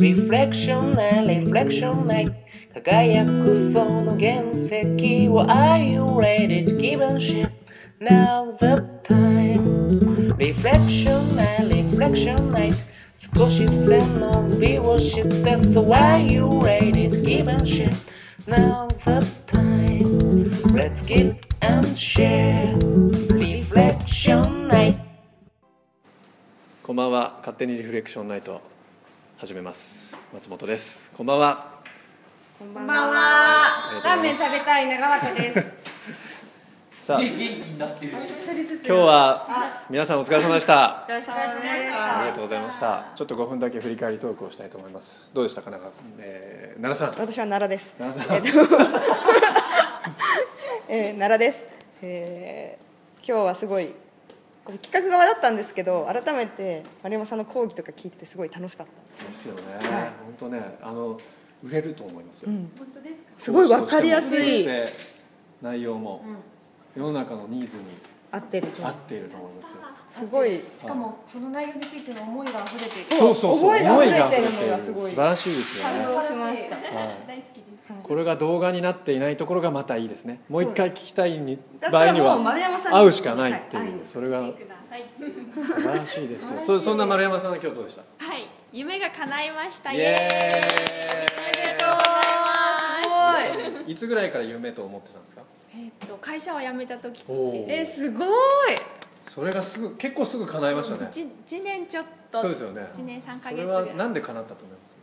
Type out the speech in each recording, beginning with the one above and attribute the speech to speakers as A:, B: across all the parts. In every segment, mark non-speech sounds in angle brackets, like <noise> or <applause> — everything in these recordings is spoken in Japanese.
A: reflection な reflection ない輝くその原石を Are you ready to give a shit now the time reflection な reflection ない少し背伸びをして So are you ready to give a shit now the time Let's give and share reflection ない
B: こんばんは勝手にリフレクションナイト始めます松本ですこんばんは
C: こん
D: こ
C: ば
D: ん
C: ん
D: ばん
C: は。
D: は。
B: あ
D: ラ
B: りがとう
D: ーメ
B: ございま
D: ン
B: す
D: 食べたい長畑です。
B: さあ今
E: 元気になってるし
B: 日は皆さんお疲れ様でした
C: お疲れ様でし
B: あり
C: た。
B: がとうございましたちょっと5分だけ振り返りトークをしたいと思いますどうでしたかなんか、えー、奈良さん
C: 私は奈良です。
B: 奈良さん
C: えっとえー奈良です。えー今日はすごい企画側だったんですけど、改めて丸山さんの講義とか聞いててすごい楽しかった。
B: ですよね <laughs> 本当ねあの売れると思いますよ、
D: 本当ですか。
C: すごいわかりやす
B: そし
C: い
B: て内容も、世の中のニーズに
C: 合ってる。
B: 合っていると思いますよ
C: すごい。
D: しかもその内容についての思いが溢れていて。
B: そうそうそう
C: 思いが溢れてる
B: 思いが溢
C: のがすご
B: 素
C: い
B: 晴らしいですよね
C: 感動しました
B: はい
D: 大好きです。
B: これが動画になっていないところがまたいいですねもう一回聞きたいに
C: だった
B: 場
C: ら
B: 合に
C: もう丸山
B: は
C: さんに
B: 会うしかないって
C: はい
B: い
C: 会いうに
B: それが
D: ください。
B: 素晴らしいですよそそんな丸山さんは今日どうでした
F: はい、夢が叶いました。
B: イエ
D: すごい。
B: ーイいつぐらいから夢と思ってたんですか
F: えっと会社を辞めた時
B: お
F: って
B: ー
D: すごい。
B: それがすぐ結構すぐ叶いましたね
F: じ一年ちょっと。
B: そうですよね
F: 一年三ヶ
B: そ
F: 月
B: れ
F: ぐら。
B: はいなんで叶ったと思います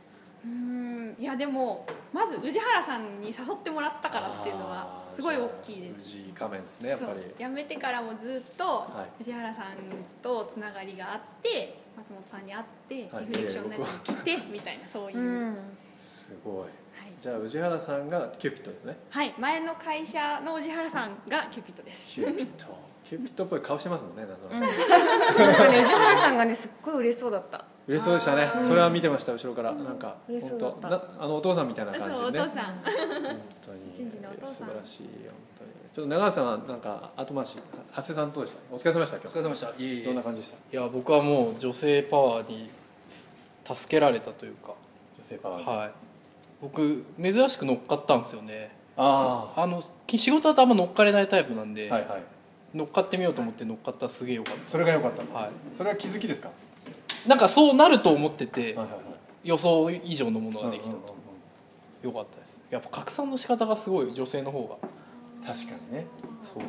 F: うーん、いやでもまず宇治原さんに誘ってもらったからっていうのはすごい大きいです。
B: す藤井仮面ですねやっぱ
F: そう
B: り
F: 辞めてからもずっと
B: はい
F: 藤原さんとつながりがあって松本さんに会って
B: はい
F: リフレクションになって来てみたいなそういうう、
D: ん。
B: すごい
F: はい
B: じゃあ宇治原さんがキューピットですね
F: はい、前の会社の宇治原さんがキューピットです
B: キューピットキューピットっぽい顔してますもんねなんとなく
D: なんかね宇治原さんがねすっごい嬉しそうだった。
B: 嬉しそうでしたねそれは見てました後ろからなんか
D: 嬉しそ
B: 本
D: うだ
B: 当
D: った
B: なあのお父さんみたいな感
F: そうお
B: じでね
F: 父さん
B: 本当に
F: 人事のお父さん
B: 素晴らしいよ本当にちょっと長谷さんはなんか後回し長谷さんどうでしたお疲れ様でした
E: お
B: 今
E: 疲れ様でしたいえい
B: 日
E: え
B: どんな感じでした
E: いや僕はもう女性パワーに助けられたというか
B: 女性パワーあ
E: はい僕珍しく乗っかったんですよね
B: あ
E: あのき仕事だとあんま乗っかれないタイプなんで、
B: ーはいはい
E: 乗っかってみようと思って乗っかったらすげえよかっ
B: それが良かった
E: たは
B: それは気づきですかは
E: はいなんかそうなると思ってて、
B: いはいは
E: 予想以上のもの
B: い
E: ができたと、よかったですやっぱ拡散の仕方がすごい女性の方が
B: 確かにね
E: そう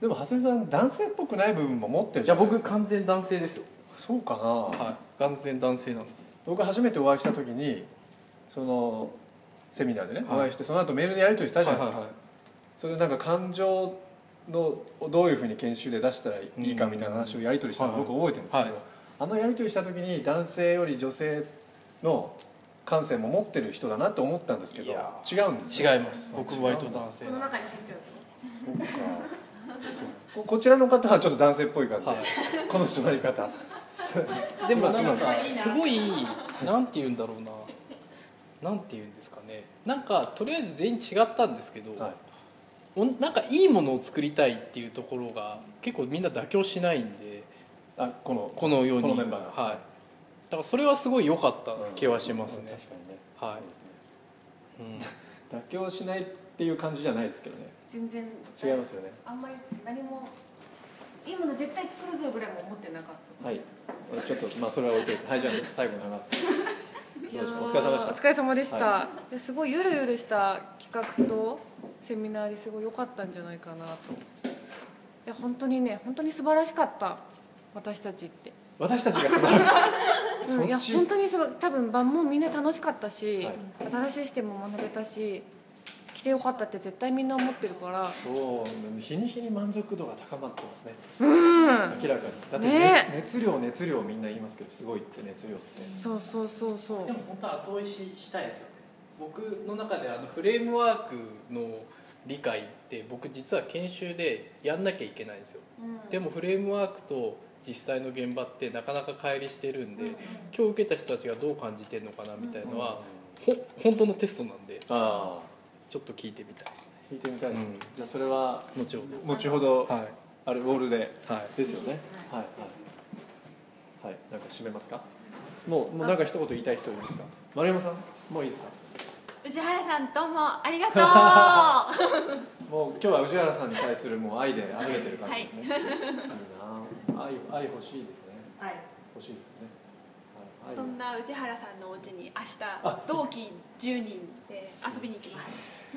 B: でも長谷さん男性っぽくない部分も持ってる
E: い
B: じゃ
E: や
B: ないで
E: 僕
B: すか
E: 完全男性ですよ
B: そうかな、
E: はい完全男性なんです
B: 僕初めてお会いした時にそのセミナーでね、
E: はい
B: お会いしてその後メールでやり取りしたじゃないですか、
E: はいはいはい
B: それでなんか感情のをどういうふうに研修で出したらいいかみたいな話をやり取りしたの
E: うん
B: 僕覚えてるんですけど、
E: はい
B: あのやり取りした時に男性より女性の感性も持ってる人だなと思ったんですけど
E: い
B: 違
E: や
B: うんですね
E: 違います僕割と男性
D: この中に入っちゃう
B: ここちらの方はちょっと男性っぽい感じ、
E: はい
B: この縛り方
E: でもなんかすごいなんて言うんだろうななんて言うんですかねなんかとりあえず全員違ったんですけど、
B: はい
E: おんなんかいいものを作りたいっていうところが結構みんな妥協しないんで
B: あこの
E: このように
B: このメンバーが
E: はい、だからそれはすごい良かった気はします
B: うん
E: ね、
B: 確かにね
E: はい
B: そうですね
E: うん
B: 妥協しないっていう感じじゃないですけどね
D: 全然
B: 違いますよね
D: あんまり何もいいもの絶対作るぞぐらいも思ってなかっ
B: はいちょっとまあそれは置いといてはいじゃあ最後の話
D: た
B: どうでしたお疲れ様でした
G: お疲れ様でした、
B: はい
G: やすごいゆるゆるした企画とセミナーですごい良かったんじゃないかなといや本当にね本当に素晴らしかった私たちって、
B: 私たちが素晴
D: <laughs>
B: らしい
G: うん、いや
B: そっ
G: 本
B: ち
G: 当にすば多分晩もみんな楽しかったし、
B: はい
G: 新しい視点も学べたし来てよかったって絶対みんな思ってるから
B: そう日に日に満足度が高まってますね
G: うん
B: 明らかにだって、ね
G: ね
B: 熱量熱量みんな言いますけどすごいって熱量って
G: そうそうそうそう
E: でも本当は後追いししたいですよね僕の中であのフレームワークの理解って僕実は研修でやんなきゃいけないんですよ、でもフレームワークと実際の現場ってなかなか乖離してるんで、今日受けた人たちがどう感じてるのかなみたいのは、ほ本当のテストなんで
B: ああ
E: ちょっと聞いてみたいですね
B: 聞いてみたい、
E: うん
B: じゃあそれは
E: 後ほ
B: 後ほど、
E: どはい
B: あれウォールで
E: はい
B: ですよねはいはい、はい、なんか締めますか。もう、もうなんか一言言いたい人いますか。丸山さん、もういいですか。
F: 宇治原さんどうもありが
B: <laughs>
F: とうは
B: もう今日は宇治原さんに対するもう愛で溢れてる感じですね。い、いなあ。愛、愛欲しいですね。
C: はい
B: 欲しいですね。はい愛
F: そんな宇治原さんのお家に明日同期10人で遊びに行きます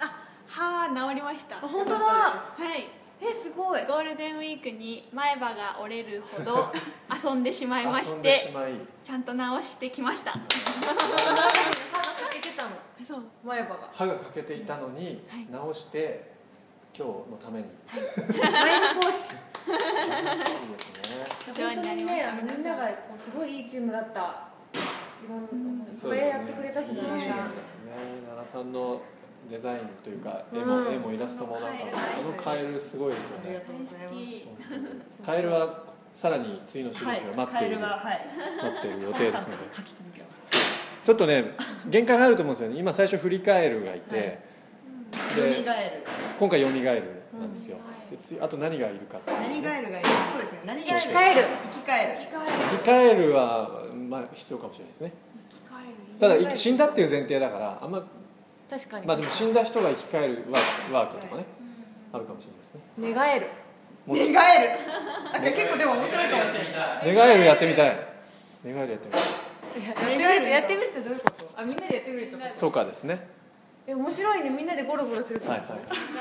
F: あはあ治りました
G: 本当だ
F: はい
G: <laughs> えすごい
F: ゴールデンウィークに前歯が折れるほ
B: <laughs>
F: ど遊んでしまいま
B: 遊
F: し
B: んでしてまい
F: ちゃんと直してきました
G: <laughs> 歯が欠けてたの
F: そう
G: 前歯が
B: 歯が欠けていたのに、
F: はい
B: 直して今日のために。
G: ナイス講師
B: 素晴らしいですね。
G: 本
F: 世話に
G: 当
F: なり
G: に
F: まし
G: ね
F: た
G: あのみんながこうすごいいいチームだったいろんな
B: そ
G: そう
B: です
G: れ
B: ね
G: やってくれたし
B: いい
G: な
B: チームですね
G: さん
B: 奈良さんのデザインというか絵
G: う
B: も
G: ん
B: 絵もイラストもなんかあ
F: あ
B: の
C: の
B: カ
C: カ
B: エルすごいですよ
C: ありが
B: ね
C: とうござい
F: 大好
C: ます
F: き
B: カエルはさらに次の手術
C: はい
B: を待っている、
C: カエルははい
B: 待っている予定ですので
C: 書き続けます
B: ちょっとね限界があると思うんですよね今最初振り返るがいて、
C: はい蘇
B: で
C: る
B: 今回よみがえるなんですよ、
F: う
B: で
F: ん
B: 次あと何がいるかっていう
C: 何ガエルがいるそうですね何ガエル
G: 生き返る
C: 生き返る
B: 振り返るは、まあ、必要かもしれないですねただい死んだっていう前提だからあんま
G: 確かに、
B: まあでも死んだ人が生き返るワークワークとかねあるかもしれないですね
G: 寝返る
B: も
C: 寝返るあ結構でも面白いかもしれない
B: 寝返るやってみたい寝返るやってみたい
G: いや寝返るとやってみるってどういうことあみんなでやってみるってこと
B: とかですね
G: え面白いねみんなでゴロゴロするってこ
B: は
G: と
B: い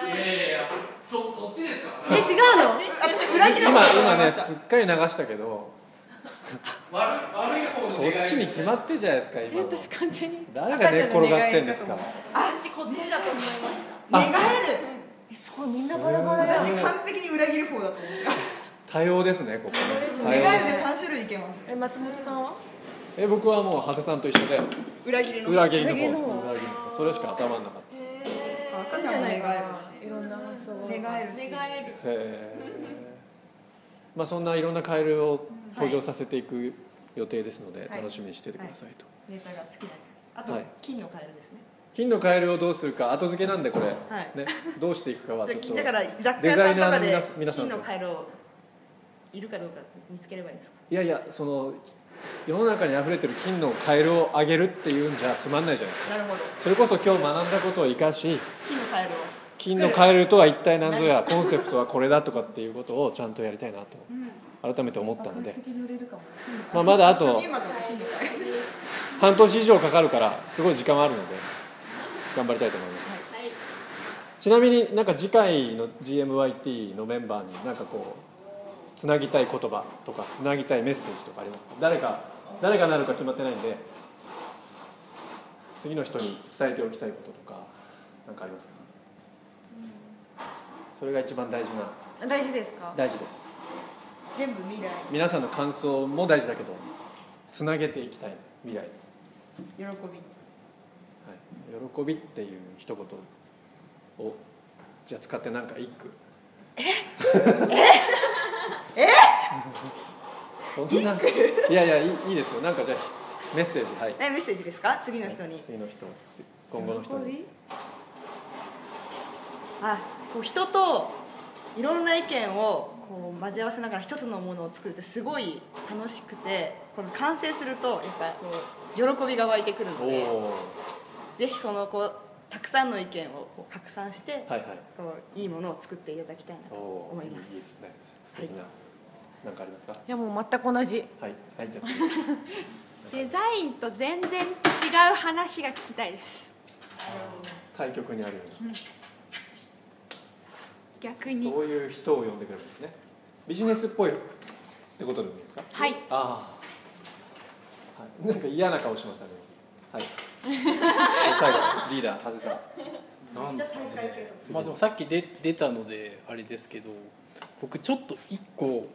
B: はい
E: いやいやいやそそっちですか
G: え違うの
C: 私裏切る
B: 今
C: 方だと思
B: 今
C: いま
B: ね
C: した
B: すっかり流したけど
E: 悪い悪い方の
B: そっちに決まってるじゃないですか今
G: え
B: の
G: 私完全に
B: 誰が寝っ転がってんですか
F: 私こっちだと思いました
B: あ
C: 寝返る
G: えすごいみんなバラバラだ
C: 私完璧に裏切る方だと思って
B: 多様ですねここ
G: 多
B: ね
C: 寝
G: 様
B: 多様で
C: 返る
B: す
C: で3種類いけますね
G: え松本さんは
B: え僕はもう長谷さんと一緒で
C: 裏切りの方
B: 裏切りの
G: 裏切りの
B: 方
G: 方
B: 裏切りの方それしか頭になかっ
C: 赤ちゃんも寝返る
G: い
C: し
G: ろんな発想が
C: 寝返るし
F: 寝返る
B: たへえまあそんないろんなカエルを登場させていく予定ですので
C: はい
B: 楽しみにしててくださいと
C: ネタが尽きないあと
B: はい
C: 金のカエルですね
B: 金のカエルをどうするか後付けなんでこれ
C: はい
B: ねどうしていくかはち
C: じゃ
B: ょ
C: あ
B: っ
C: き
B: と
C: だから雑貨屋さんとか
B: デザイナ
C: で
B: ーの皆さん
C: 金
B: と
C: のカエルをいるかどうか見つければいいですか
B: いやいやその世の中に溢れてる金のカエルをあげるっていうんじゃつまんないじゃないですか
C: なるほど
B: それこそ今日学んだことを生かし
C: 金のカエルを
B: 金のカエルとは一体何ぞやコンセプトはこれだとかっていうことをちゃんとやりたいなと改めて思ったので、
G: 乗れるかも
B: まあ、まだあと
C: 今から金のカエル
B: 半年以上かかるからすごい時間はあるので頑張りたいと思います、
F: はい
B: ちなみになんか次回の GMYT のメンバーになんかこうつなぎたい言葉とかつなぎたいメッセージとかありますか誰か誰がなるか決まってないんで次の人に伝えておきたいこととかなんかありますかそれが一番大事な
G: 大事ですか
B: 大事です
C: 全部未来
B: 皆さんの感想も大事だけどつなげていきたい未来に
C: 喜び
B: はい、喜びっていう一言をじゃあ使ってなんか一句ええそんないやいやいいいいですよなんかじゃあメッセージはい
C: えメッセージですか次の人に
B: 次の人つ今後の人に
C: あこう人といろんな意見をこう交わせながら一つのものを作るってすごい楽しくてこの完成するとやっぱこう喜びが湧いてくるの
B: おお
C: で
B: ー
C: ぜひそのこうたくさんの意見をこう拡散して、
B: はいはい
C: こういいものを作っていただきたいな
B: お
C: と
B: お
C: 思
B: ー
C: い
B: いいいい
C: ま
B: ですすね素敵な、なんかありますか
G: いやもう全く同じ
B: はいはいじゃあ
F: デザインと全然違う話が聞きたいです
B: 次対局にあるような
F: 逆に
B: そういう人を呼んでくれるんですねビジネスっぽいってことでもいいですか
F: はい
B: ああ、はい、なんか嫌な顔しましたね。
E: <laughs>
B: はい。最後リーダー長谷さん。
E: なん
C: じ
E: で
C: ゃあ
E: すか
C: 大会系
E: まあでもさっきで出たのであれですけど僕ちょっと一個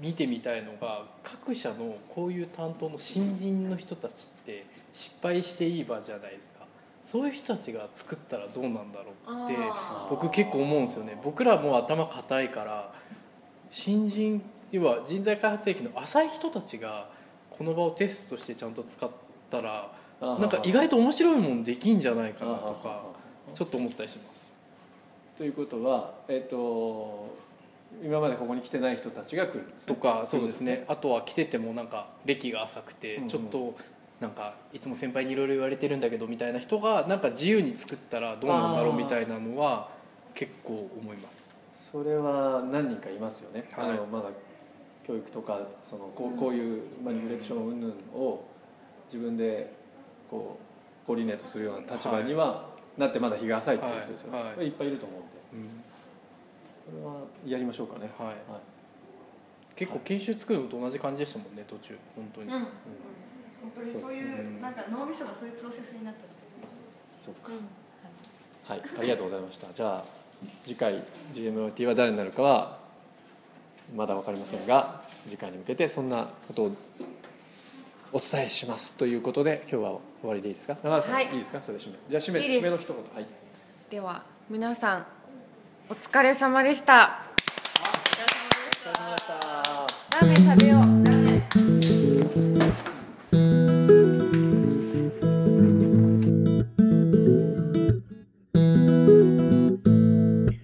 E: 見てみたいのが各社のこういう担当の新人の人たちって失敗していい場じゃないですかそういう人たちが作ったらどうなんだろうって
G: あ
E: 僕結構思うんですよね僕らもう頭固いから新人要は人材開発駅の浅い人たちがこの場をテストとしてちゃんと使ったらなんか意外と面白いもんできんじゃないかなと
B: あ
E: かちょっと思ったりします
B: ということは、えっ、と今までここに来てない人たちが来るんです
E: と
B: ね
E: かそうですねあとは来ててもなんか歴が浅くて
B: うんうん
E: ちょっとなんかいつも先輩にいろいろ言われてるんだけどみたいな人がなんか自由に作ったらどうなんだろうみたいなのは結構思います
B: それは何人かいますよね、
E: はい
B: あのまだ教育とかそのこうこういうマニフレクション云々を自分でこうコーディネートするような立場にはなってまだ日が浅いっていう人ですよね、
E: はいはい
B: いっぱいいると思うんで
E: うん
B: それはやりましょうかね、
E: はい
B: はい
E: 結構研修作るのと同じ感じでしたもんね途中本当に
D: うん
C: 本当にそういうなんか脳みそがそういうプロセスになっちゃって
B: そうか、はい、ありがとうございました。じゃあ次回 GMOT は誰になるかはまだわかりませんが、次回に向けてそんなことをお伝えしますということで今日は終わりでいいですか？長田さん、
G: はい
B: い、いですか？それで締め。じゃあ締め
G: いいです
B: 締めの一言はい。
G: では皆さんお疲れ様でしたラーメン食べようラーメン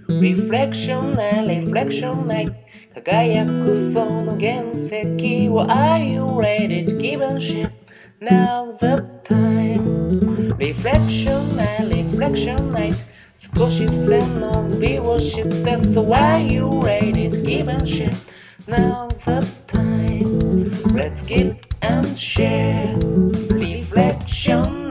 A: reflection night, reflection night 輝くその原石を Are you ready to give a shit? Now the time Reflection night, reflection night 少し背伸びをして So are you ready to give a shit? Now the time Let's get and share Reflection